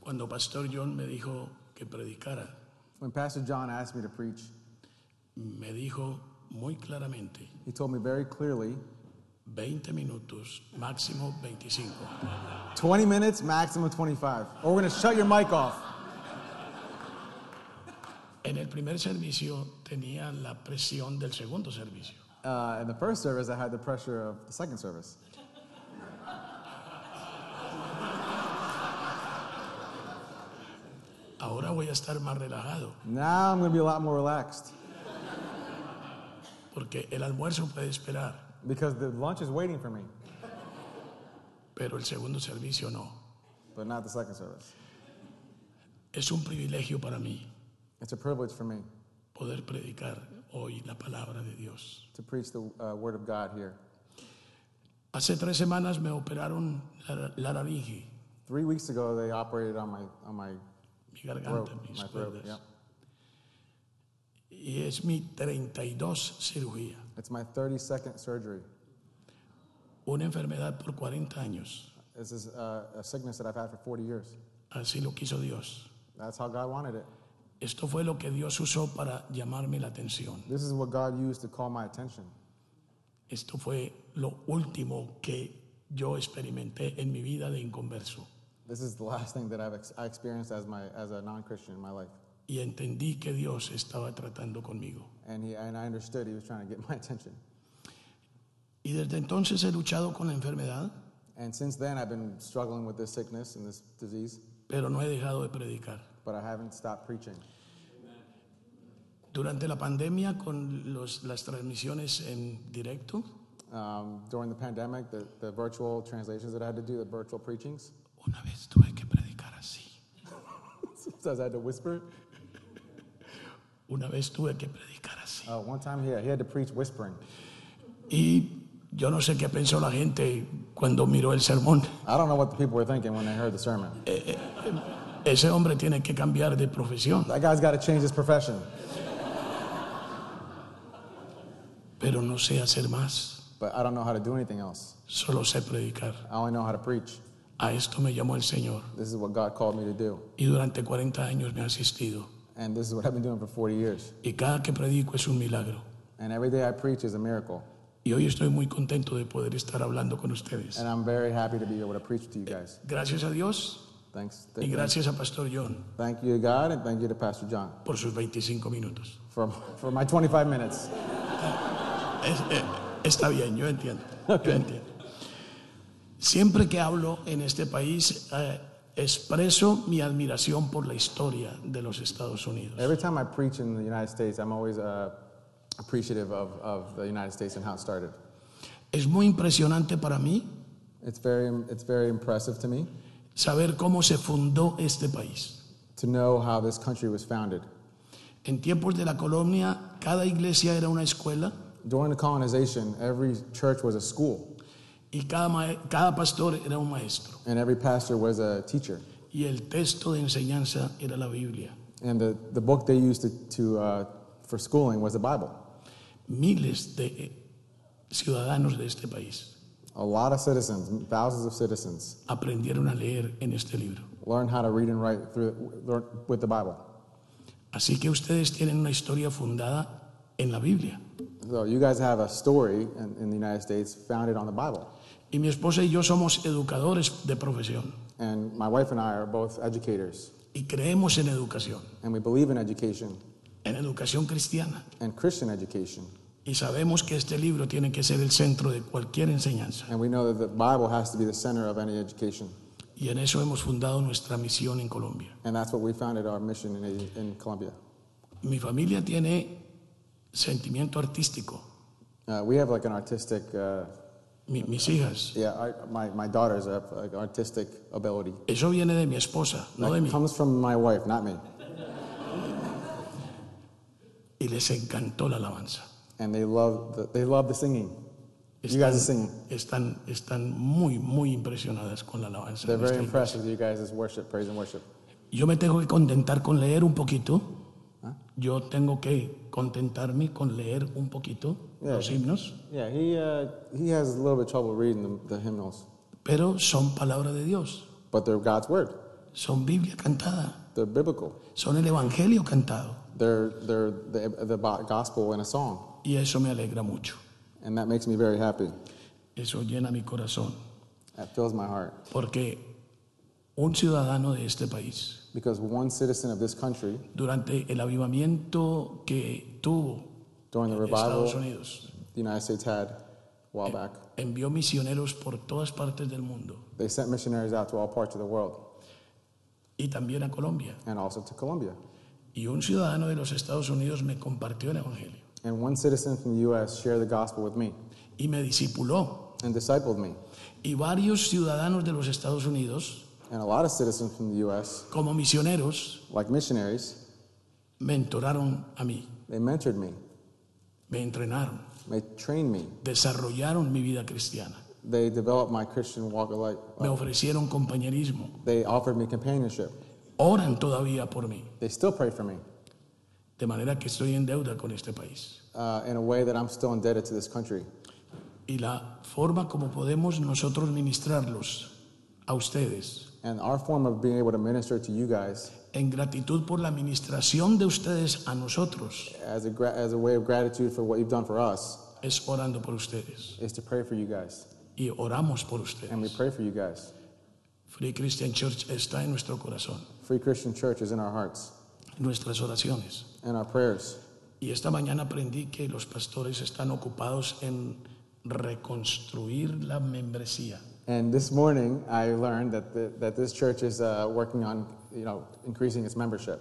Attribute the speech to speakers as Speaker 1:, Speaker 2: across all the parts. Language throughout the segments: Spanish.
Speaker 1: cuando Pastor John me dijo que predicara,
Speaker 2: When Pastor John asked me to preach,
Speaker 1: me dijo muy claramente,
Speaker 2: he told me very clearly
Speaker 1: 20 minutos, máximo 25.
Speaker 2: 20 minutes, maximum 25, or we're going to shut your mic off.
Speaker 1: En el primer servicio tenía la presión del segundo servicio.
Speaker 2: Uh, in the first service, I had the pressure of the second service.
Speaker 1: Ahora voy a estar más relajado
Speaker 2: Now I'm going to be a lot more relaxed
Speaker 1: porque el almuerzo puede esperar,
Speaker 2: because the lunch is waiting for me,
Speaker 1: pero el segundo servicio no.
Speaker 2: but not the second service.
Speaker 1: Es un privilegio para mí
Speaker 2: It's a privilege for me
Speaker 1: poder predicar hoy la palabra de Dios.
Speaker 2: to preach the uh, Word of God here.
Speaker 1: Hace tres semanas me operaron la, la laringe,
Speaker 2: Three weeks ago, they operated on my, on my
Speaker 1: mi garganta,
Speaker 2: throat.
Speaker 1: mis
Speaker 2: My throat
Speaker 1: cuerdas.
Speaker 2: yeah.
Speaker 1: Y es mi 32 cirugía,
Speaker 2: It's my 32nd surgery.
Speaker 1: una enfermedad por 40 años.
Speaker 2: This is uh, a sickness that I've had for 40 years.
Speaker 1: Así lo quiso Dios.
Speaker 2: That's how God wanted it.
Speaker 1: Esto fue lo que Dios usó para llamarme la atención.
Speaker 2: This is what God used to call my attention.
Speaker 1: Esto fue lo último que yo experimenté en mi vida de inconverso.
Speaker 2: This is the last thing that I've ex- I experienced as, my, as a non Christian in my life.
Speaker 1: Y entendí que Dios estaba tratando conmigo.
Speaker 2: And, he, and I understood he was trying to get my attention.
Speaker 1: Y desde entonces he luchado con la enfermedad,
Speaker 2: And since then, I've been struggling with this sickness and this disease,
Speaker 1: pero no he dejado de predicar.
Speaker 2: but I haven't stopped preaching.
Speaker 1: Durante la pandemia, con los- las transmisiones en directo,
Speaker 2: Um, during the pandemic, the, the virtual translations that I had to do, the virtual preachings,
Speaker 1: una vez tuve que predicar así.
Speaker 2: sometimes I had to whisper.
Speaker 1: Una vez tuve que predicar así.
Speaker 2: Uh, one time, yeah, he had to preach whispering.
Speaker 1: Y yo no sé qué pensó la gente cuando miró el sermón.
Speaker 2: I don't know what the people were thinking when they heard the sermon.
Speaker 1: Ese hombre tiene que cambiar de profesión,
Speaker 2: That guy's got to change his profession,
Speaker 1: pero no sé hacer más.
Speaker 2: but I don't know how to do anything else.
Speaker 1: Solo sé predicar.
Speaker 2: I only know how to preach.
Speaker 1: A esto me llamó el Señor
Speaker 2: This is what God called me to do,
Speaker 1: y durante 40 años me ha asistido.
Speaker 2: and this is what I've been doing for 40 years.
Speaker 1: Y cada que predico es un milagro.
Speaker 2: And every day I preach is a miracle,
Speaker 1: Y hoy estoy muy contento de poder estar hablando con ustedes.
Speaker 2: and I'm very happy to be able to preach to you guys.
Speaker 1: Gracias a Dios
Speaker 2: Thanks.
Speaker 1: y gracias a Pastor John
Speaker 2: Thank you to God, and thank you to Pastor John
Speaker 1: por sus 25 minutos.
Speaker 2: for, for my 25 minutes.
Speaker 1: Es- eh, está bien, yo entiendo. Yo entiendo. Siempre que hablo en este país, eh, expreso mi admiración por la historia de los Estados Unidos.
Speaker 2: Every time I preach in the United States, I'm always uh, appreciative of, of the United States and how it started.
Speaker 1: Es muy impresionante para mí
Speaker 2: It's very, it's very impressive to me
Speaker 1: saber cómo se fundó este país.
Speaker 2: to know how this country was founded.
Speaker 1: En tiempos de la colonia, cada iglesia era una escuela
Speaker 2: During the colonization, every church was a school,
Speaker 1: y cada, ma- cada pastor era un maestro.
Speaker 2: and every pastor was a teacher.
Speaker 1: Y el texto de enseñanza era la Biblia.
Speaker 2: And the, the book they used to, to, uh, for schooling was the Bible.
Speaker 1: Miles de eh, ciudadanos de este país
Speaker 2: A lot of citizens, thousands of citizens,
Speaker 1: aprendieron a leer en este libro.
Speaker 2: learned how to read and write through, learn- with the Bible.
Speaker 1: Así que ustedes tienen una historia fundada en la Biblia.
Speaker 2: So you guys have a story in, in the United States founded on the Bible.
Speaker 1: Y mi esposa y yo somos educadores de profesión
Speaker 2: And my wife and I are both educators,
Speaker 1: y creemos en educación,
Speaker 2: and we believe in education
Speaker 1: en educación cristiana.
Speaker 2: and Christian education.
Speaker 1: Y sabemos que este libro tiene que ser el centro de cualquier enseñanza.
Speaker 2: And we know that the Bible has to be the center of any education.
Speaker 1: Y en eso hemos fundado nuestra misión en Colombia.
Speaker 2: And that's what we founded our mission in, in Colombia.
Speaker 1: Mi familia tiene sentimiento artístico.
Speaker 2: Uh, we have like an artistic, uh,
Speaker 1: Mi- mis hijas.
Speaker 2: yeah, our, my, my daughters have like artistic ability.
Speaker 1: Eso viene de mi esposa, no de
Speaker 2: That
Speaker 1: mí.
Speaker 2: comes from my wife, not me.
Speaker 1: Y les encantó la alabanza.
Speaker 2: And they love the, they love the singing. You guys are singing.
Speaker 1: Están, están muy, muy impresionadas con la alabanza.
Speaker 2: They're
Speaker 1: de este
Speaker 2: very
Speaker 1: nuestra
Speaker 2: impressed with you guys' worship, praise and worship.
Speaker 1: Yo me tengo que contentar con leer un poquito. Yo tengo que contentarme con leer un poquito los himnos,
Speaker 2: Yeah, he, uh, he has a little bit of trouble reading the, the hymnals,
Speaker 1: pero son palabra de Dios.
Speaker 2: but they're God's word.
Speaker 1: son Biblia cantada,
Speaker 2: They're biblical.
Speaker 1: son el Evangelio cantado.
Speaker 2: They're, they're the, the bo- gospel in a song.
Speaker 1: Y eso me alegra mucho.
Speaker 2: And that makes me very happy.
Speaker 1: Eso llena mi corazón.
Speaker 2: That fills my heart.
Speaker 1: Porque un ciudadano de este país,
Speaker 2: Because one citizen of this country,
Speaker 1: durante el avivamiento que tuvo
Speaker 2: during the revival
Speaker 1: Estados
Speaker 2: the
Speaker 1: Unidos,
Speaker 2: United States had a while back,
Speaker 1: envió misioneros por todas partes del mundo
Speaker 2: they sent missionaries out to all parts of the world
Speaker 1: y también a Colombia.
Speaker 2: and also to Colombia.
Speaker 1: Y un ciudadano de los Estados Unidos me compartió el Evangelio
Speaker 2: And one citizen from the U.S. shared the gospel with me
Speaker 1: y me discipuló.
Speaker 2: and discipled me.
Speaker 1: Y varios ciudadanos de los Estados Unidos,
Speaker 2: And a lot of citizens from the U.S.,
Speaker 1: como misioneros,
Speaker 2: like missionaries,
Speaker 1: mentoraron a mí,
Speaker 2: they mentored me,
Speaker 1: me entrenaron,
Speaker 2: they trained me,
Speaker 1: desarrollaron mi vida cristiana,
Speaker 2: they developed my Christian walk of life.
Speaker 1: me ofrecieron compañerismo,
Speaker 2: They offered me companionship.
Speaker 1: oran todavía por mí.
Speaker 2: They still pray for me
Speaker 1: De manera que estoy en deuda con este país.
Speaker 2: uh, in a way that I'm still indebted to this country.
Speaker 1: Y la forma como podemos nosotros ministrarlos a ustedes,
Speaker 2: And our form of being able to minister to you guys
Speaker 1: en gratitud por la ministración de ustedes a nosotros,
Speaker 2: as a, gra- as a way of gratitude for what you've done for us
Speaker 1: es orando por ustedes.
Speaker 2: is to pray for you guys.
Speaker 1: Y oramos por
Speaker 2: And we
Speaker 1: ustedes.
Speaker 2: pray for you guys.
Speaker 1: Free Christian Church está en nuestro corazón,
Speaker 2: Free Christian Church is in our hearts
Speaker 1: en nuestras oraciones.
Speaker 2: and our prayers.
Speaker 1: Y esta mañana aprendí que los pastores están ocupados en reconstruir la membresía.
Speaker 2: And this morning, I learned that, the, that this church is uh, working on, you know, increasing its membership.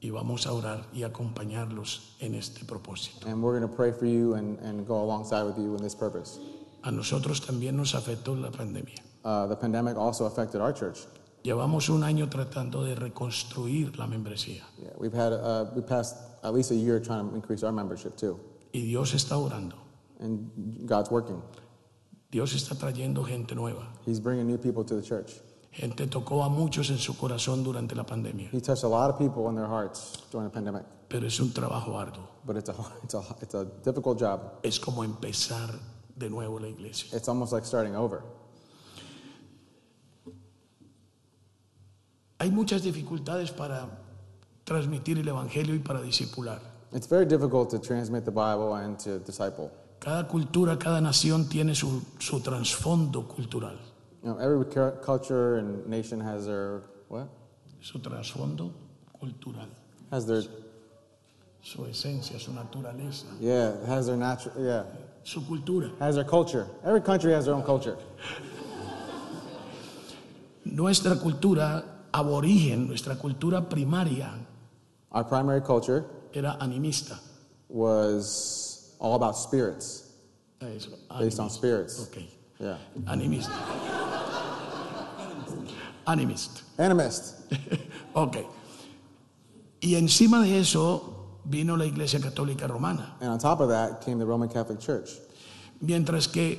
Speaker 1: Y vamos a orar y acompañarlos en este propósito.
Speaker 2: And we're going to pray for you and, and go alongside with you in this purpose.
Speaker 1: A nosotros también nos afectó la pandemia.
Speaker 2: Uh, the pandemic also affected our church.
Speaker 1: Llevamos un año tratando de reconstruir la membresía
Speaker 2: Yeah, we've had uh, we passed at least a year trying to increase our membership too,
Speaker 1: y Dios está orando.
Speaker 2: and God's working.
Speaker 1: Dios está trayendo gente nueva.
Speaker 2: He's bringing new people to the church.
Speaker 1: Gente tocó a muchos en su corazón durante la pandemia,
Speaker 2: He touched a lot of people in their hearts during the pandemic,
Speaker 1: pero es un trabajo arduo.
Speaker 2: but it's a it's a it's a difficult job.
Speaker 1: Es como empezar de nuevo la iglesia.
Speaker 2: It's almost like starting over.
Speaker 1: Hay muchas dificultades para transmitir el evangelio y para discipular.
Speaker 2: It's very difficult to transmit the Bible and to disciple.
Speaker 1: Cada cultura, cada nación tiene su, su trasfondo cultural.
Speaker 2: You know, every cu- culture and nation has their what?
Speaker 1: Su trasfondo cultural.
Speaker 2: Has their
Speaker 1: Su esencia, su naturaleza,
Speaker 2: yeah, has their natural yeah,
Speaker 1: su cultura.
Speaker 2: has their culture. Every country has their own culture.
Speaker 1: Nuestra cultura aborigen, nuestra cultura primaria
Speaker 2: Our primary culture
Speaker 1: era animista.
Speaker 2: was all about spirits,
Speaker 1: Eso,
Speaker 2: based on
Speaker 1: animista.
Speaker 2: spirits.
Speaker 1: Ok,
Speaker 2: Yeah.
Speaker 1: animista. Animista.
Speaker 2: Animist.
Speaker 1: Ok. Y encima de eso vino la Iglesia Católica Romana.
Speaker 2: And on top of that came the Roman Catholic Church.
Speaker 1: Mientras que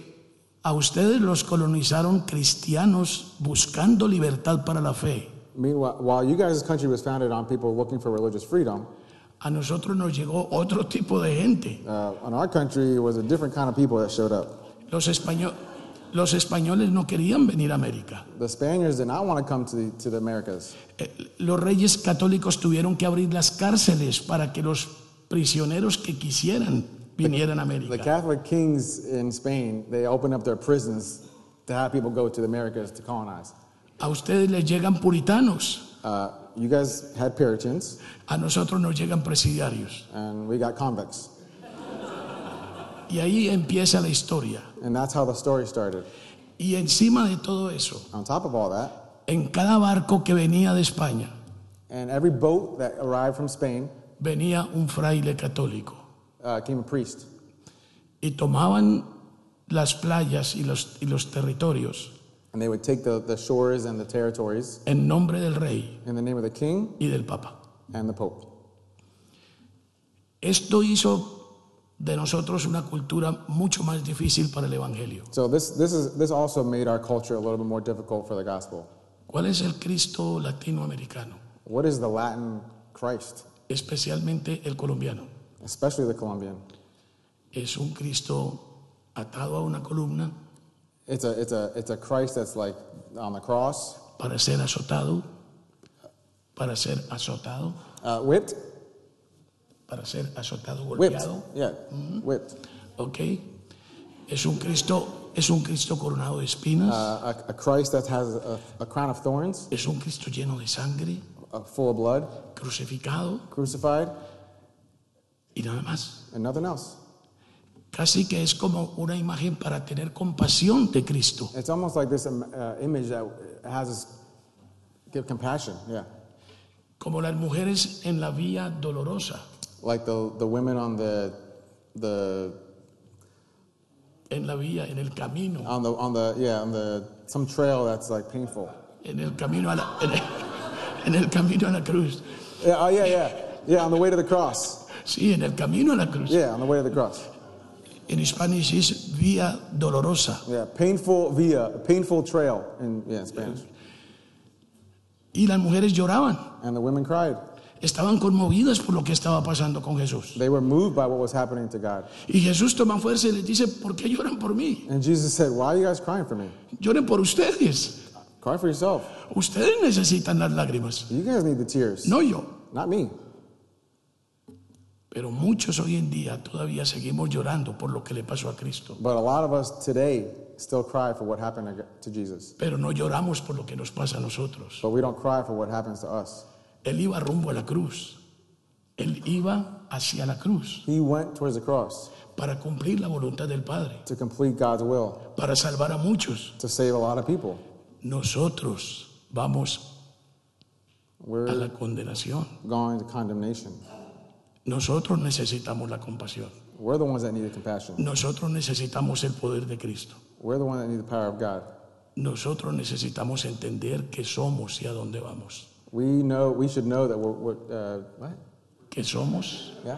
Speaker 1: a ustedes los colonizaron cristianos buscando libertad para la fe,
Speaker 2: Meanwhile, while you guys' country was founded on people looking for religious freedom,
Speaker 1: a nosotros nos llegó otro tipo de gente.
Speaker 2: uh, in our country it was a different kind of people that showed up.
Speaker 1: Los, español- los españoles no querían venir a América.
Speaker 2: The Spaniards did not want to come to the, to the Americas.
Speaker 1: Eh, los reyes católicos tuvieron que abrir las cárceles para que los prisioneros que quisieran vinieran a
Speaker 2: The
Speaker 1: América.
Speaker 2: Catholic kings in Spain, they opened up their prisons to have people go to the Americas to colonize.
Speaker 1: A ustedes les llegan puritanos,
Speaker 2: Uh, you guys had Puritans,
Speaker 1: a nosotros nos llegan presidiarios.
Speaker 2: and we got convicts.
Speaker 1: Y ahí empieza la historia.
Speaker 2: And that's how the story started.
Speaker 1: Y encima de todo eso,
Speaker 2: On top of all that,
Speaker 1: en cada barco que venía de España,
Speaker 2: and every boat that arrived from Spain
Speaker 1: venía un fraile católico.
Speaker 2: uh, came a priest.
Speaker 1: Y tomaban las playas y los, y los territorios
Speaker 2: And they would take the, the shores and the territories
Speaker 1: en nombre del rey
Speaker 2: in the name of the king
Speaker 1: y del papa.
Speaker 2: and the pope.
Speaker 1: Esto hizo de nosotros una cultura mucho más difícil para el Evangelio.
Speaker 2: So this, this, is, this also made our culture a little bit more difficult for the gospel.
Speaker 1: ¿Cuál es el Cristo latinoamericano?
Speaker 2: What is the Latin Christ,
Speaker 1: Especialmente el colombiano.
Speaker 2: especially the Colombian?
Speaker 1: Es un Cristo atado a una columna
Speaker 2: It's a, it's a, it's a Christ that's like on the cross
Speaker 1: para ser azotado, para ser azotado,
Speaker 2: Uh, whipped?
Speaker 1: para ser azotado,
Speaker 2: Whipped.
Speaker 1: golpeado.
Speaker 2: Yeah, whipped.
Speaker 1: ¿Ok? Es un Cristo, es un Cristo coronado de espinas,
Speaker 2: Uh, a, a Christ that has a, a crown of thorns,
Speaker 1: es un Cristo lleno de sangre,
Speaker 2: uh, full of blood,
Speaker 1: crucificado
Speaker 2: crucified,
Speaker 1: y nada más.
Speaker 2: and nothing else.
Speaker 1: Casi que es como una imagen para tener compasión de Cristo.
Speaker 2: It's almost like this um, uh, image that has us give compassion, yeah.
Speaker 1: Como las mujeres en la vía dolorosa,
Speaker 2: Like the, the women on the, the,
Speaker 1: en la vía, en el camino,
Speaker 2: on the, on the, yeah, on the, some trail that's like painful.
Speaker 1: en el camino a la, en el, en el camino a la cruz.
Speaker 2: Yeah, oh, yeah, yeah. Yeah, on the way to the cross.
Speaker 1: Sí, en el camino a la cruz.
Speaker 2: Yeah, on the way to the cross.
Speaker 1: En Spanish es vía dolorosa.
Speaker 2: Yeah, painful via, painful trail in, yeah, in Spanish.
Speaker 1: Y las mujeres lloraban,
Speaker 2: And the women cried.
Speaker 1: estaban conmovidas por lo que estaba pasando con Jesús.
Speaker 2: They were moved by what was happening to God.
Speaker 1: Y Jesús toma fuerza y les dice, ¿por qué lloran por mí?
Speaker 2: And Jesus said, Why are you guys crying for me?
Speaker 1: Lloren por ustedes.
Speaker 2: Cry for yourself.
Speaker 1: Ustedes necesitan las lágrimas,
Speaker 2: You guys need the tears,
Speaker 1: no yo.
Speaker 2: not me.
Speaker 1: Pero muchos hoy en día todavía seguimos llorando por lo que le pasó a Cristo.
Speaker 2: But a lot of us today still cry for what happened to- to Jesus.
Speaker 1: Pero no lloramos por lo que nos pasa a nosotros.
Speaker 2: But we don't cry for what happens to us.
Speaker 1: Él iba rumbo a la cruz. Él iba hacia la cruz
Speaker 2: He went towards the cross
Speaker 1: para cumplir la voluntad del Padre,
Speaker 2: to complete God's will,
Speaker 1: para salvar a muchos.
Speaker 2: to save a lot of people.
Speaker 1: Nosotros vamos a
Speaker 2: We're
Speaker 1: la condenación.
Speaker 2: going to condemnation.
Speaker 1: Nosotros necesitamos la compasión.
Speaker 2: We're the ones that need the compassion.
Speaker 1: Nosotros necesitamos el poder de Cristo.
Speaker 2: We're the one that need the power of God.
Speaker 1: Nosotros necesitamos entender que somos y a dónde vamos.
Speaker 2: We know we should know that we're, we're uh, what?
Speaker 1: ¿Qué somos?
Speaker 2: Yeah.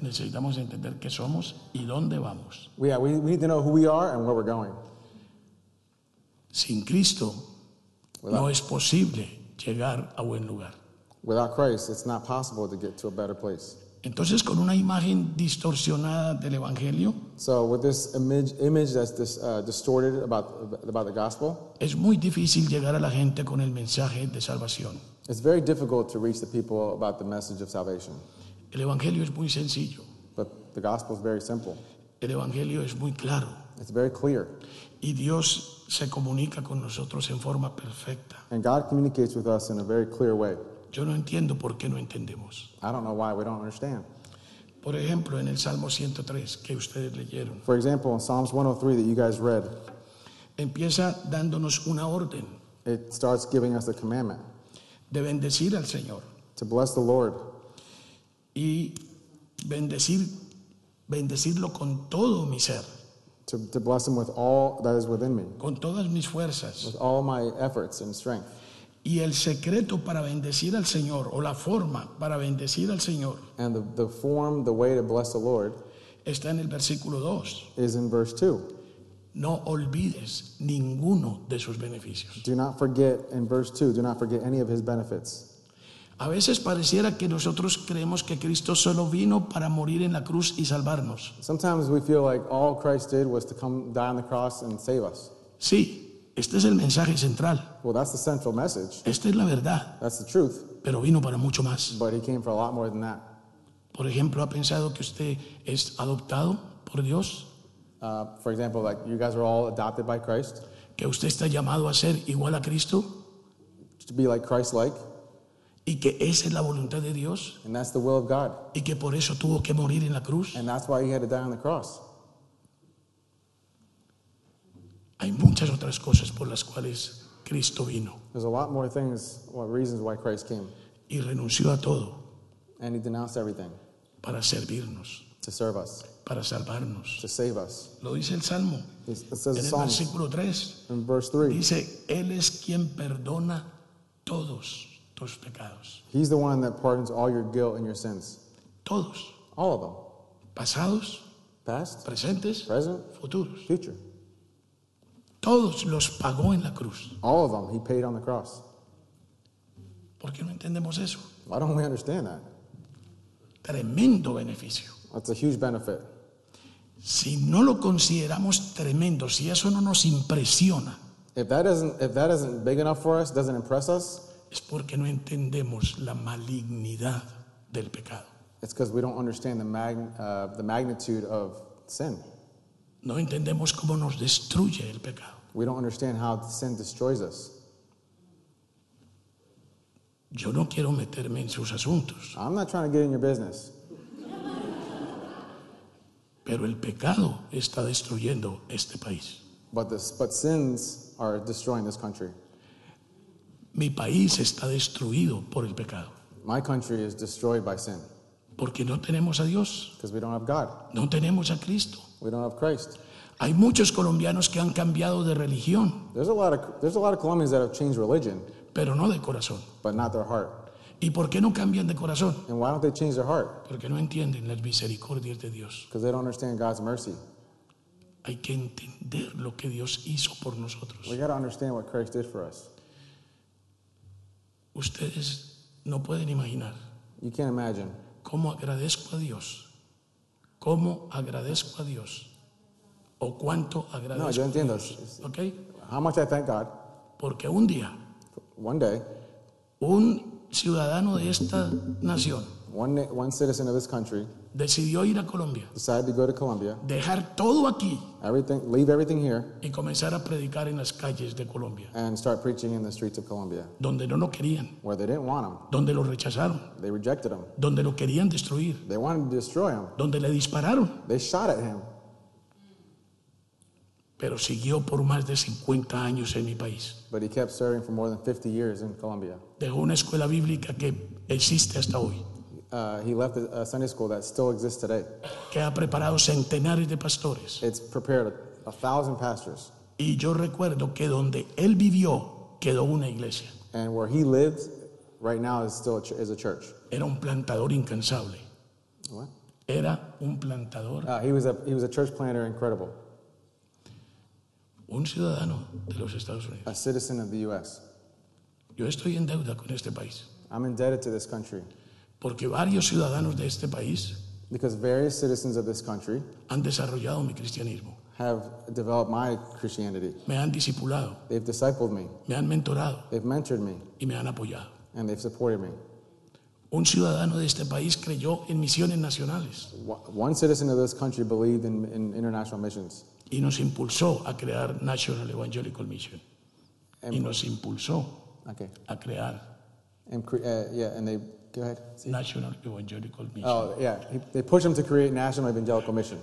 Speaker 1: Necesitamos entender qué somos y dónde vamos.
Speaker 2: We, yeah, we, we need to know who we are and where we're going.
Speaker 1: Sin Cristo no es posible llegar a buen lugar.
Speaker 2: Without Christ, it's not possible to get to a better place.
Speaker 1: Entonces, con una imagen distorsionada del Evangelio,
Speaker 2: So with this image, image that's dis, uh, distorted about about the gospel,
Speaker 1: es muy difícil llegar a la gente con el mensaje de salvación.
Speaker 2: it's very difficult to reach the people about the message of salvation.
Speaker 1: El Evangelio es muy sencillo,
Speaker 2: But the gospel is very simple.
Speaker 1: el Evangelio es muy claro
Speaker 2: It's very clear,
Speaker 1: y Dios se comunica con nosotros en forma perfecta.
Speaker 2: and God communicates with us in a very clear way.
Speaker 1: Yo no entiendo por qué no entendemos.
Speaker 2: I don't know why we don't understand.
Speaker 1: Por ejemplo, en el Salmo 103 que ustedes leyeron,
Speaker 2: For example, in Psalms 103 that you guys read,
Speaker 1: empieza dándonos una orden
Speaker 2: it starts giving us a commandment
Speaker 1: de bendecir al Señor
Speaker 2: to bless the Lord
Speaker 1: y bendecir bendecirlo con todo mi ser,
Speaker 2: to, to bless him with all that is within me,
Speaker 1: con todas mis fuerzas.
Speaker 2: with all my efforts and strength.
Speaker 1: Y el secreto para bendecir al Señor o la forma para bendecir al Señor
Speaker 2: And the, the form, the way to bless the Lord
Speaker 1: está en el versículo 2.
Speaker 2: is in verse 2.
Speaker 1: No olvides ninguno de sus beneficios.
Speaker 2: Do not forget, in verse 2, do not forget any of his benefits.
Speaker 1: A veces pareciera que nosotros creemos que Cristo solo vino para morir en la cruz y salvarnos.
Speaker 2: Sometimes we feel like all Christ did was to come die on the cross and save us.
Speaker 1: Sí, este es el mensaje central.
Speaker 2: Well, that's the central message.
Speaker 1: Esta es la verdad,
Speaker 2: That's the truth.
Speaker 1: pero vino para mucho más.
Speaker 2: But he came for a lot more than that.
Speaker 1: Por ejemplo, ¿ha pensado que usted es adoptado por Dios?
Speaker 2: Uh, for example, like you guys were all adopted by Christ
Speaker 1: ¿Que usted está llamado a ser igual a Cristo?
Speaker 2: to be like Christ like,
Speaker 1: ¿Y que esa es la voluntad de Dios?
Speaker 2: and that's the will of God.
Speaker 1: ¿Y que por eso tuvo que morir en la cruz?
Speaker 2: And that's why he had to die on the cross.
Speaker 1: Hay muchas otras cosas por las cuales Cristo vino
Speaker 2: There's a lot more things, well, reasons why Christ came,
Speaker 1: y renunció a todo
Speaker 2: and he denounced everything
Speaker 1: para servirnos,
Speaker 2: to serve us,
Speaker 1: para salvarnos.
Speaker 2: to save us.
Speaker 1: Lo dice el Salmo.
Speaker 2: It it says
Speaker 1: En
Speaker 2: in
Speaker 1: el
Speaker 2: Psalms
Speaker 1: versículo 3
Speaker 2: in verse 3,
Speaker 1: dice, Él es quien perdona todos tus pecados.
Speaker 2: he's the one that pardons all your guilt and your sins,
Speaker 1: Todos.
Speaker 2: all of them,
Speaker 1: Pasados,
Speaker 2: past,
Speaker 1: presentes,
Speaker 2: present,
Speaker 1: futuros.
Speaker 2: future.
Speaker 1: Todos los pagó en la cruz.
Speaker 2: All of them he paid on the cross.
Speaker 1: ¿Por qué no entendemos eso?
Speaker 2: Why don't we understand that?
Speaker 1: Tremendo beneficio.
Speaker 2: That's a huge benefit.
Speaker 1: Si no lo consideramos tremendo, si eso no nos impresiona,
Speaker 2: If that isn't if that isn't big enough for us, doesn't impress us,
Speaker 1: es porque no entendemos la malignidad del pecado.
Speaker 2: It's because we don't understand the, mag- uh, the magnitude of sin.
Speaker 1: No entendemos cómo nos destruye el pecado.
Speaker 2: We don't understand how sin destroys us.
Speaker 1: Yo no quiero meterme en sus asuntos,
Speaker 2: I'm not trying to get in your business,
Speaker 1: pero el pecado está destruyendo este país.
Speaker 2: but, this, but sins are destroying this country.
Speaker 1: Mi país está destruido por el pecado,
Speaker 2: My country is destroyed by sin
Speaker 1: porque no tenemos a Dios,
Speaker 2: because we don't have God.
Speaker 1: no tenemos a Cristo.
Speaker 2: We don't have Christ.
Speaker 1: Hay muchos colombianos que han cambiado de religión,
Speaker 2: There's a lot of, there's a lot of Colombians that have changed religion,
Speaker 1: pero no de corazón.
Speaker 2: but not their heart.
Speaker 1: ¿Y por qué no cambian de corazón?
Speaker 2: And why don't they change their heart?
Speaker 1: Porque no entienden las misericordias de Dios.
Speaker 2: Because they don't understand God's mercy.
Speaker 1: Hay que entender lo que Dios hizo por nosotros.
Speaker 2: We got to understand what Christ did for us.
Speaker 1: Ustedes no pueden imaginar
Speaker 2: You can't imagine
Speaker 1: cómo agradezco a Dios, cómo agradezco a Dios, o cuánto
Speaker 2: No, yo
Speaker 1: agradezco a
Speaker 2: entiendo.
Speaker 1: Dios. ¿ok?
Speaker 2: how much I thank God.
Speaker 1: Porque un día,
Speaker 2: One day,
Speaker 1: un ciudadano de esta nación
Speaker 2: one, na- one citizen of this country
Speaker 1: decidió ir a Colombia,
Speaker 2: decided to go to Colombia,
Speaker 1: dejar todo aquí
Speaker 2: everything, leave everything here,
Speaker 1: y comenzar a predicar en las calles de Colombia,
Speaker 2: and start preaching in the streets of Colombia,
Speaker 1: donde no lo querían,
Speaker 2: where they didn't want him.
Speaker 1: donde lo rechazaron,
Speaker 2: They rejected him.
Speaker 1: donde lo querían destruir,
Speaker 2: They wanted to destroy him.
Speaker 1: donde le dispararon,
Speaker 2: They shot at him,
Speaker 1: pero siguió por más de 50 años en mi país.
Speaker 2: but he kept serving for more than 50 years in Colombia.
Speaker 1: Dejó una escuela bíblica que existe hasta hoy,
Speaker 2: Uh, he left a, a Sunday school that still exists today.
Speaker 1: que ha preparado centenares de pastores.
Speaker 2: It's prepared a, thousand pastors,
Speaker 1: Y yo recuerdo que donde él vivió quedó una iglesia.
Speaker 2: and where he lives right now is still a ch- is a church.
Speaker 1: Era un plantador incansable.
Speaker 2: What?
Speaker 1: Era un plantador,
Speaker 2: Uh, he was a he was a church planter, incredible,
Speaker 1: un ciudadano de los Estados Unidos.
Speaker 2: a citizen of the U.S.
Speaker 1: Yo estoy en deuda con este país,
Speaker 2: I'm indebted to this country
Speaker 1: porque varios ciudadanos de este país
Speaker 2: because various citizens of this country
Speaker 1: han desarrollado mi cristianismo,
Speaker 2: have developed my Christianity.
Speaker 1: me han discipulado,
Speaker 2: They've discipled me,
Speaker 1: me han mentorado
Speaker 2: they've mentored me,
Speaker 1: y me han apoyado.
Speaker 2: and they've supported me.
Speaker 1: Un ciudadano de este país creyó en misiones nacionales
Speaker 2: Wa- One citizen of this country believed in, in international missions
Speaker 1: y nos impulsó a crear National Evangelical Mission y
Speaker 2: and
Speaker 1: nos impulsó
Speaker 2: okay,
Speaker 1: a crear
Speaker 2: and cre- uh, yeah, and they go ahead.
Speaker 1: National Evangelical Mission.
Speaker 2: Oh yeah, he, they push him to create National Evangelical Mission.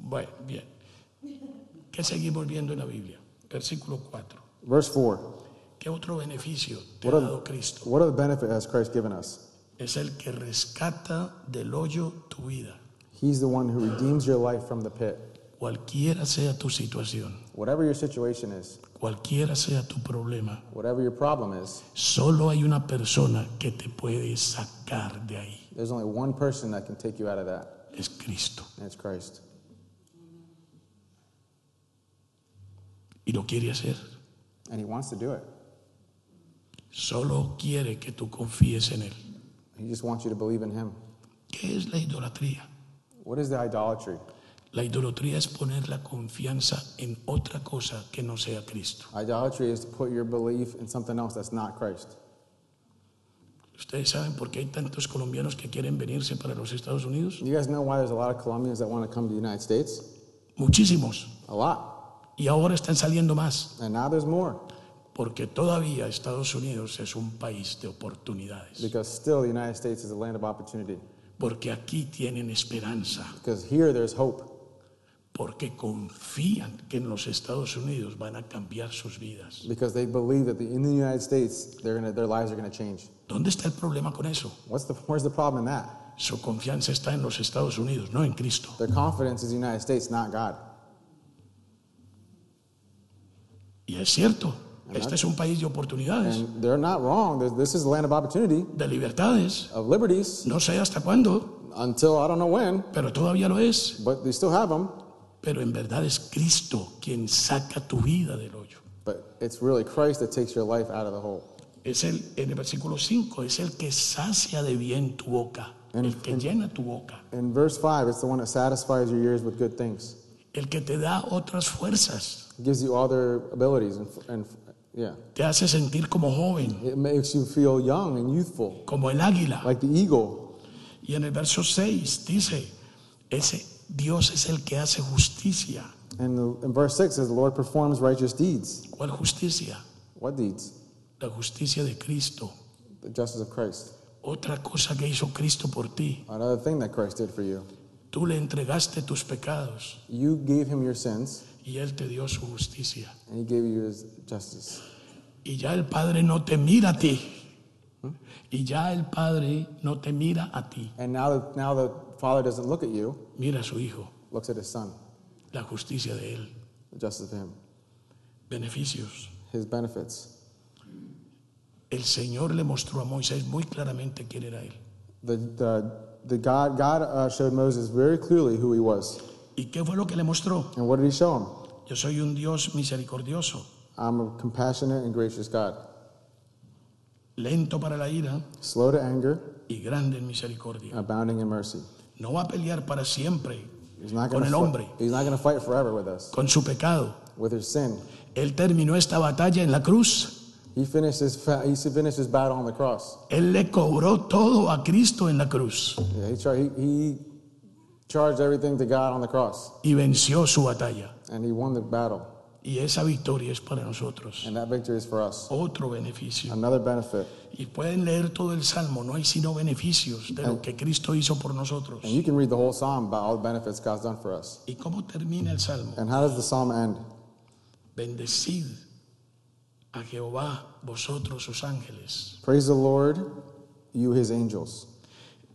Speaker 1: Bueno, bien. ¿Qué seguimos viendo en la Biblia? Versículo 4.
Speaker 2: Verse four.
Speaker 1: ¿Qué otro beneficio te
Speaker 2: What
Speaker 1: ha
Speaker 2: are,
Speaker 1: dado Cristo?
Speaker 2: what are the benefit has Christ given us?
Speaker 1: Es el que rescata del hoyo tu vida,
Speaker 2: He's the one who redeems your life from the pit.
Speaker 1: cualquiera sea tu situación,
Speaker 2: Whatever your situation is,
Speaker 1: cualquiera sea tu problema.
Speaker 2: whatever your problem is,
Speaker 1: Solo hay una persona que te puede sacar de ahí,
Speaker 2: there's only one person that can take you out of that,
Speaker 1: es Cristo,
Speaker 2: and it's Christ.
Speaker 1: y lo quiere hacer.
Speaker 2: And he wants to do it.
Speaker 1: Solo quiere que tú confíes en él.
Speaker 2: He just wants you to believe in him.
Speaker 1: ¿Qué es la idolatría?
Speaker 2: What is the idolatry?
Speaker 1: La idolatría es poner la confianza en otra cosa que no sea Cristo.
Speaker 2: Idolatry is to put your belief in something else that's not Christ.
Speaker 1: Ustedes saben por qué hay tantos colombianos que quieren venirse para los Estados Unidos.
Speaker 2: You guys know why there's a lot of Colombians that want to come to the United States?
Speaker 1: Muchísimos.
Speaker 2: A lot.
Speaker 1: Y ahora están saliendo más,
Speaker 2: And now there's more
Speaker 1: porque todavía Estados Unidos es un país de oportunidades,
Speaker 2: because still the United States is a land of opportunity.
Speaker 1: porque aquí tienen esperanza,
Speaker 2: Because here there's hope
Speaker 1: porque confían que en los Estados Unidos van a cambiar sus vidas.
Speaker 2: because they believe that the, in the United States they're gonna, their lives are going to change.
Speaker 1: ¿Dónde está el problema con eso?
Speaker 2: What's the, where's the problem in that?
Speaker 1: Su confianza está en los Estados Unidos, no en Cristo.
Speaker 2: Their confidence is the United States, not God.
Speaker 1: Y es cierto, este es un país de oportunidades,
Speaker 2: And they're not wrong. There's- This is a land of opportunity,
Speaker 1: de libertades.
Speaker 2: of liberties,
Speaker 1: No sé hasta cuándo,
Speaker 2: until I don't know when,
Speaker 1: pero todavía lo es.
Speaker 2: but they still have them.
Speaker 1: Pero en verdad es Cristo quien saca tu vida del hoyo.
Speaker 2: But it's really Christ that takes your life out of the hole.
Speaker 1: Es el, en el versículo 5, es el que sacia de bien tu boca, el que llena tu boca,
Speaker 2: In verse 5, it's the one that satisfies your ears with good things,
Speaker 1: el que te da otras fuerzas,
Speaker 2: gives you all their abilities and, and Yeah.
Speaker 1: Te hace sentir como joven,
Speaker 2: It makes you feel young and youthful,
Speaker 1: como el águila.
Speaker 2: like the eagle.
Speaker 1: Y en el verso 6 dice, ese Dios es el que hace justicia.
Speaker 2: And the, in verse 6 says, The Lord performs righteous deeds.
Speaker 1: ¿Cuál justicia?
Speaker 2: What deeds?
Speaker 1: La justicia de Cristo.
Speaker 2: The justice of Christ.
Speaker 1: Otra cosa que hizo Cristo por ti.
Speaker 2: Another thing that Christ did for you.
Speaker 1: Tú le entregaste tus pecados
Speaker 2: You gave him your sins,
Speaker 1: y Él te dio su justicia.
Speaker 2: and he gave you his justice.
Speaker 1: Y ya el Padre no te mira a ti. Y ya el Padre no te mira a ti.
Speaker 2: And now, the, now the Father doesn't look at you,
Speaker 1: Mira a su Hijo,
Speaker 2: looks at his Son,
Speaker 1: la justicia de Él,
Speaker 2: the justice of him,
Speaker 1: beneficios.
Speaker 2: his benefits.
Speaker 1: El Señor le mostró a Moisés muy claramente quién era Él.
Speaker 2: The, the, the God, God uh, showed Moses very clearly who he was.
Speaker 1: ¿Y qué fue lo que le mostró?
Speaker 2: And what did he show him?
Speaker 1: Yo soy un Dios misericordioso,
Speaker 2: I'm a compassionate and gracious God,
Speaker 1: lento para la ira
Speaker 2: slow to anger,
Speaker 1: y grande en misericordia.
Speaker 2: abounding in mercy.
Speaker 1: No va a pelear para siempre
Speaker 2: He's not
Speaker 1: con
Speaker 2: going
Speaker 1: el hombre,
Speaker 2: to fight forever with us,
Speaker 1: con su pecado.
Speaker 2: with his sin.
Speaker 1: Él terminó esta batalla en la cruz.
Speaker 2: He finished his, fa- he finished his battle on the cross.
Speaker 1: Él le cobró todo a Cristo en la cruz
Speaker 2: Yeah, he, char- he, he charged everything to God on the cross,
Speaker 1: y venció su batalla.
Speaker 2: and he won the battle.
Speaker 1: Y esa victoria es para nosotros.
Speaker 2: And that victory is for us.
Speaker 1: Otro beneficio.
Speaker 2: Another benefit.
Speaker 1: Y pueden leer todo el Salmo, no hay sino beneficios de lo que Cristo hizo por nosotros.
Speaker 2: And you can read the whole psalm about all the benefits God's done for us.
Speaker 1: ¿Y cómo termina el Salmo?
Speaker 2: And how does the psalm end?
Speaker 1: Bendecid a Jehová, vosotros sus ángeles.
Speaker 2: Praise the Lord, you his angels.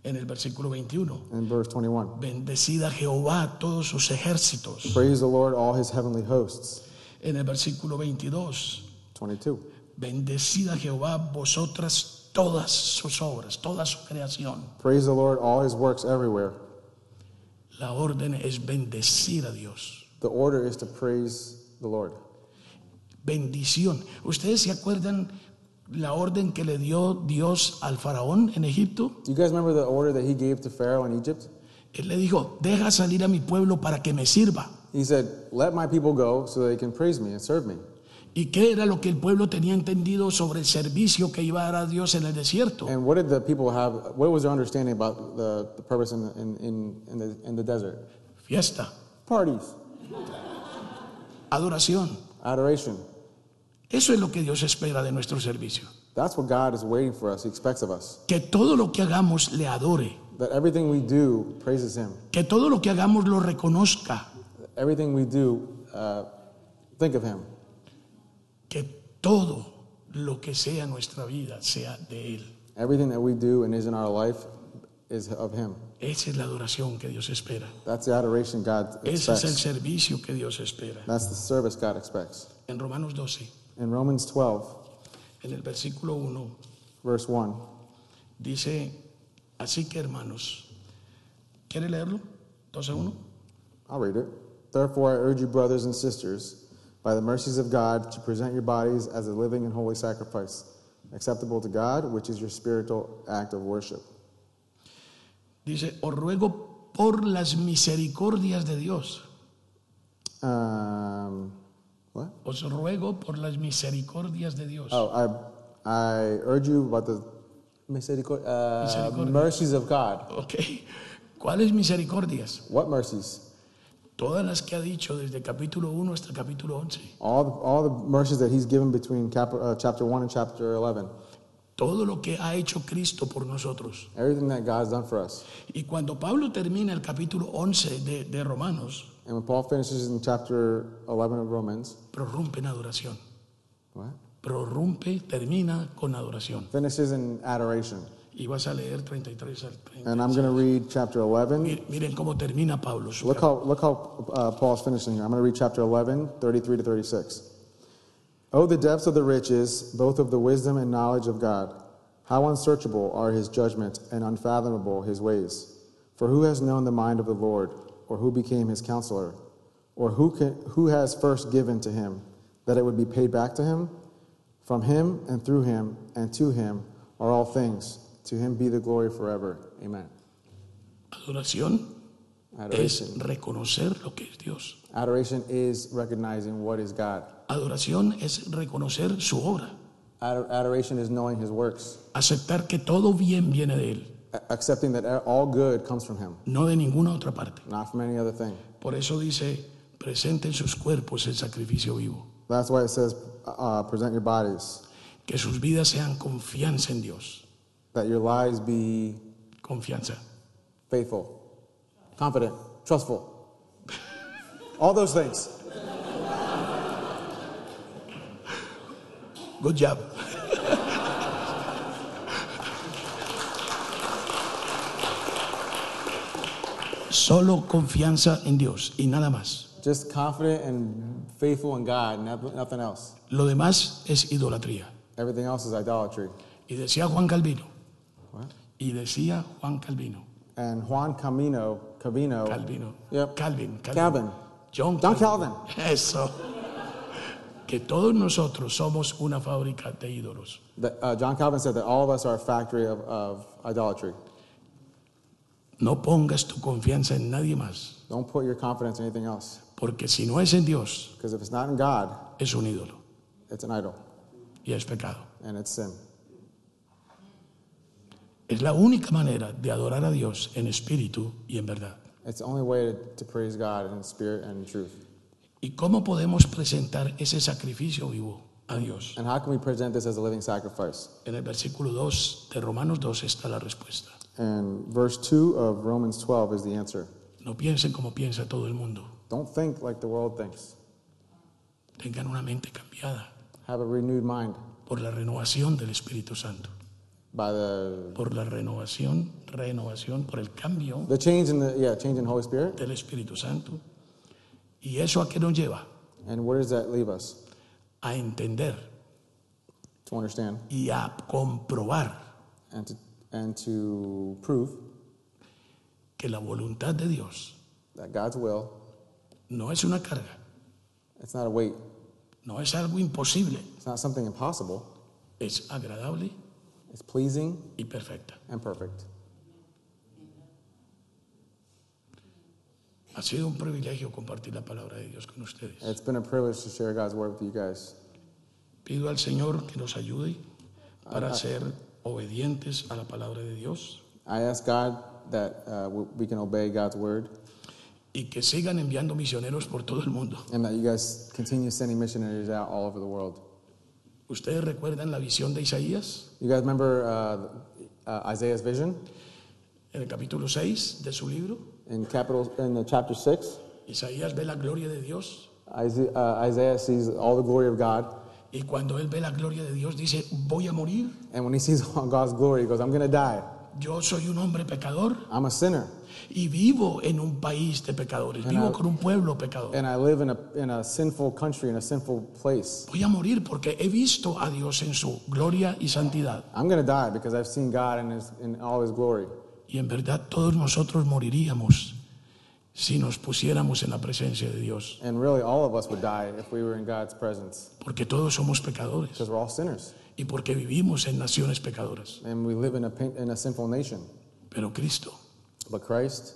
Speaker 1: En el versículo 21.
Speaker 2: In verse 21.
Speaker 1: Bendecid a Jehová todos sus ejércitos.
Speaker 2: Praise the Lord, all his heavenly hosts.
Speaker 1: En el versículo 22.
Speaker 2: 22.
Speaker 1: Bendecid a Jehová vosotras todas sus obras, toda su creación.
Speaker 2: Praise the Lord, all his works everywhere.
Speaker 1: La orden es bendecir a Dios.
Speaker 2: The order is to praise the Lord.
Speaker 1: bendición. ¿Ustedes se acuerdan la orden que le dio Dios al faraón en Egipto?
Speaker 2: You guys remember the order that he gave to Pharaoh in Egypt?
Speaker 1: Él le dijo, deja salir a mi pueblo para que me sirva.
Speaker 2: He said, Let my people go so they can praise me and serve me.
Speaker 1: ¿Y qué era lo que el pueblo tenía entendido sobre el servicio que iba a dar a Dios en el desierto?
Speaker 2: And what did the people have? What was their understanding about the, the purpose in, in, in, in, the, in the desert?
Speaker 1: Fiesta,
Speaker 2: Parties,
Speaker 1: adoración.
Speaker 2: adoration.
Speaker 1: Eso es lo que Dios espera de nuestro servicio.
Speaker 2: That's what God is waiting for us. He expects of us
Speaker 1: Que todo lo que hagamos le adore,
Speaker 2: that everything we do praises Him.
Speaker 1: que todo lo que hagamos lo reconozca,
Speaker 2: Everything we do, uh, think of Him.
Speaker 1: que todo lo que sea nuestra vida sea de Él.
Speaker 2: Everything that we do and is in our life is of Him.
Speaker 1: Esa es la adoración que Dios espera.
Speaker 2: That's the adoration God
Speaker 1: Ese es el
Speaker 2: expects.
Speaker 1: servicio que Dios espera.
Speaker 2: That's the service God expects.
Speaker 1: En Romanos 12,
Speaker 2: In Romans 12,
Speaker 1: en el versículo 1,
Speaker 2: verse 1,
Speaker 1: dice, así que hermanos, ¿quiere leerlo? 12, 1.
Speaker 2: I'll read it. Therefore, I urge you, brothers and sisters, by the mercies of God, to present your bodies as a living and holy sacrifice, acceptable to God, which is your spiritual act of worship.
Speaker 1: Dice, os ruego por las misericordias de Dios.
Speaker 2: Um, what?
Speaker 1: Os ruego por las misericordias de Dios.
Speaker 2: Oh, I, I urge you about the misericord, uh,
Speaker 1: Misericordia.
Speaker 2: mercies of God.
Speaker 1: Ok. ¿Cuáles misericordias?
Speaker 2: What mercies?
Speaker 1: Todas las que ha dicho desde capítulo 1 hasta capítulo 11.
Speaker 2: All the, all the mercies that He's given between cap, uh, chapter 1 and chapter 11.
Speaker 1: Todo lo que ha hecho Cristo por nosotros.
Speaker 2: Everything that God's done for us.
Speaker 1: Y cuando Pablo termina el capítulo 11 de, de Romanos,
Speaker 2: And when Paul finishes in chapter 11 of Romans,
Speaker 1: prorrumpe en adoración.
Speaker 2: what?
Speaker 1: Prorrumpe, termina con adoración.
Speaker 2: Finishes in adoration.
Speaker 1: Y vas a leer 33 al 30.
Speaker 2: And I'm going to read chapter 11.
Speaker 1: Mi- Miren cómo termina Pablo. su
Speaker 2: Look how, look how uh, Paul's finishing here. I'm going to read chapter 11, 33 to 36. Oh, the depths of the riches, both of the wisdom and knowledge of God. How unsearchable are his judgments and unfathomable his ways. For who has known the mind of the Lord, or who became his counselor? Or who, can, who has first given to him, that it would be paid back to him? From him and through him and to him are all things. To him be the glory forever. Amen.
Speaker 1: Adoración
Speaker 2: Adoration.
Speaker 1: es reconocer lo que es Dios.
Speaker 2: Adoration is recognizing what is God.
Speaker 1: Adoración es reconocer su obra,
Speaker 2: Ador- Adoration is knowing his works,
Speaker 1: aceptar que todo bien viene de Él,
Speaker 2: a- accepting that all good comes from him,
Speaker 1: no de ninguna otra parte.
Speaker 2: not from any other thing.
Speaker 1: Por eso dice, presenten sus cuerpos en sacrificio vivo,
Speaker 2: That's why it says, uh, present your bodies,
Speaker 1: que sus vidas sean confianza en Dios,
Speaker 2: that your lives be
Speaker 1: confianza.
Speaker 2: faithful, confident, trustful. all those things.
Speaker 1: Good job. Solo confianza en Dios y nada más.
Speaker 2: Just confident and faithful in God, nev- nothing else.
Speaker 1: Lo demás es idolatría.
Speaker 2: Everything else is idolatry.
Speaker 1: Y decía Juan Calvino,
Speaker 2: What?
Speaker 1: y decía Juan Calvino,
Speaker 2: And Juan Camino, Cavino,
Speaker 1: Calvino,
Speaker 2: Yep.
Speaker 1: Calvin, Calvin,
Speaker 2: Calvin.
Speaker 1: John
Speaker 2: John
Speaker 1: Eso. Que todos nosotros somos una fábrica de ídolos.
Speaker 2: That, uh, John Calvin said that all of us are a factory of, of idolatry.
Speaker 1: No pongas tu confianza en nadie más,
Speaker 2: Don't put your confidence in anything else,
Speaker 1: porque si no es en Dios,
Speaker 2: because if it's not in God,
Speaker 1: es un ídolo
Speaker 2: it's an idol
Speaker 1: y es pecado.
Speaker 2: and it's sin.
Speaker 1: Es la única manera de adorar a Dios en espíritu y en verdad.
Speaker 2: It's the only way to, to praise God in spirit and in truth.
Speaker 1: ¿Y cómo podemos presentar ese sacrificio vivo a Dios?
Speaker 2: And how can we present this as a living sacrifice?
Speaker 1: En el versículo 2 de Romanos 2 está la respuesta.
Speaker 2: And verse 2 of Romans 12 is the answer.
Speaker 1: No piensen como piensa todo el mundo.
Speaker 2: Don't think like the world thinks.
Speaker 1: Tengan una mente cambiada
Speaker 2: Have a renewed mind
Speaker 1: por la renovación del Espíritu Santo,
Speaker 2: by the
Speaker 1: por la renovación, renovación, por el cambio
Speaker 2: the change in the yeah change in Holy Spirit.
Speaker 1: del Espíritu Santo. ¿Y eso a qué nos lleva?
Speaker 2: And where does that leave us
Speaker 1: A entender
Speaker 2: to understand
Speaker 1: y a comprobar
Speaker 2: and to and to prove
Speaker 1: que la voluntad de Dios
Speaker 2: that God's will
Speaker 1: no es una carga,
Speaker 2: it's not a weight,
Speaker 1: no es algo imposible,
Speaker 2: it's not something impossible.
Speaker 1: es agradable
Speaker 2: It's pleasing
Speaker 1: y perfecta.
Speaker 2: and perfect.
Speaker 1: Ha sido un privilegio compartir la palabra de Dios con ustedes.
Speaker 2: It's been a privilege to share God's word with you guys.
Speaker 1: Pido al Señor que nos ayude para ser obedientes a la palabra de Dios
Speaker 2: I ask God that uh, w- we can obey God's word
Speaker 1: y que sigan enviando misioneros por todo el mundo.
Speaker 2: and that you guys continue sending missionaries out all over the world.
Speaker 1: ¿Ustedes recuerdan la visión de Isaías
Speaker 2: You guys remember uh, uh, Isaiah's vision
Speaker 1: en el capítulo 6 de su libro?
Speaker 2: in capital in the chapter six?
Speaker 1: Isaías ve la gloria de Dios
Speaker 2: Isaiah, uh, Isaiah sees all the glory of God,
Speaker 1: y cuando él ve la gloria de Dios dice, voy a morir,
Speaker 2: and when he sees all God's glory, he goes, "I'm going to die.
Speaker 1: yo soy un hombre pecador
Speaker 2: I'm a sinner,
Speaker 1: y vivo en un país de pecadores, vivo con un pueblo pecador.
Speaker 2: and I live in a in a sinful country in a sinful place.
Speaker 1: Voy a morir porque he visto a Dios en su gloria y santidad.
Speaker 2: I'm going to die because I've seen God in His in all His glory."
Speaker 1: Y en verdad todos nosotros moriríamos si nos pusiéramos en la presencia de Dios,
Speaker 2: And really, all of us would die if we were in God's presence,
Speaker 1: porque todos somos pecadores
Speaker 2: because we're all sinners,
Speaker 1: y porque vivimos en naciones pecadoras.
Speaker 2: and we live in a pin- in a sinful nation.
Speaker 1: Pero Cristo
Speaker 2: But Christ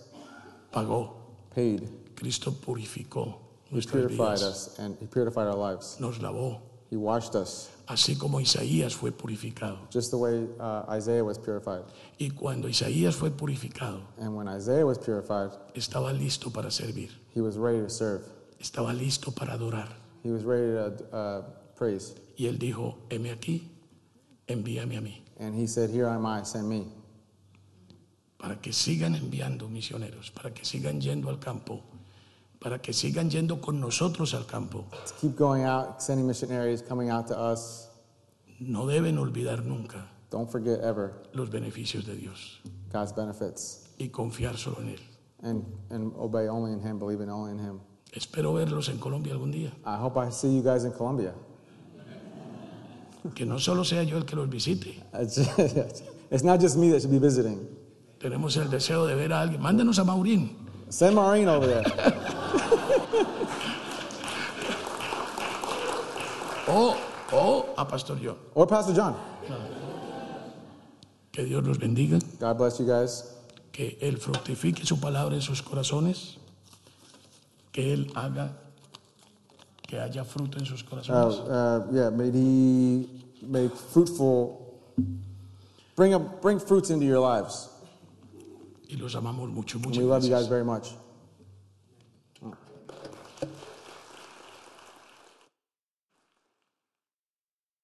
Speaker 1: pagó,
Speaker 2: paid,
Speaker 1: Cristo purificó nuestras
Speaker 2: purified
Speaker 1: vidas,
Speaker 2: us, and He purified our lives.
Speaker 1: nos lavó,
Speaker 2: He washed us.
Speaker 1: así como Isaías fue purificado.
Speaker 2: just the way uh, Isaiah was purified.
Speaker 1: Y cuando Isaías fue purificado,
Speaker 2: And when Isaiah was purified,
Speaker 1: estaba listo para servir,
Speaker 2: he was ready to serve.
Speaker 1: estaba listo para adorar.
Speaker 2: He was ready to uh, praise.
Speaker 1: Y él dijo, heme aquí, envíame a mí,
Speaker 2: And he said, Here am I, send me.
Speaker 1: para que sigan enviando misioneros, para que sigan yendo al campo, para que sigan yendo con nosotros al campo.
Speaker 2: To keep going out, sending missionaries, coming out to us.
Speaker 1: No deben olvidar nunca
Speaker 2: Don't forget ever
Speaker 1: los beneficios de Dios
Speaker 2: God's benefits
Speaker 1: y confiar solo en Él.
Speaker 2: and, and obey only in him, believing only in him.
Speaker 1: Espero verlos en Colombia algún día.
Speaker 2: I hope I see you guys in Colombia.
Speaker 1: Que no solo sea yo el que los visite.
Speaker 2: It's, it's not just me that should be visiting.
Speaker 1: Tenemos el deseo de ver a alguien. Mándenos a Maurín.
Speaker 2: Send Maureen over there.
Speaker 1: o, o Oh, a Pastor John.
Speaker 2: Or Pastor John.
Speaker 1: Que Dios los bendiga,
Speaker 2: God bless you guys.
Speaker 1: que Él fructifique su palabra en sus corazones, que Él haga que haya fruto en sus corazones.
Speaker 2: Uh, uh, yeah, may He make fruitful, bring, up, bring fruits into your lives.
Speaker 1: y los amamos mucho,
Speaker 2: We
Speaker 1: muchas
Speaker 2: love you
Speaker 1: gracias.
Speaker 2: guys very much.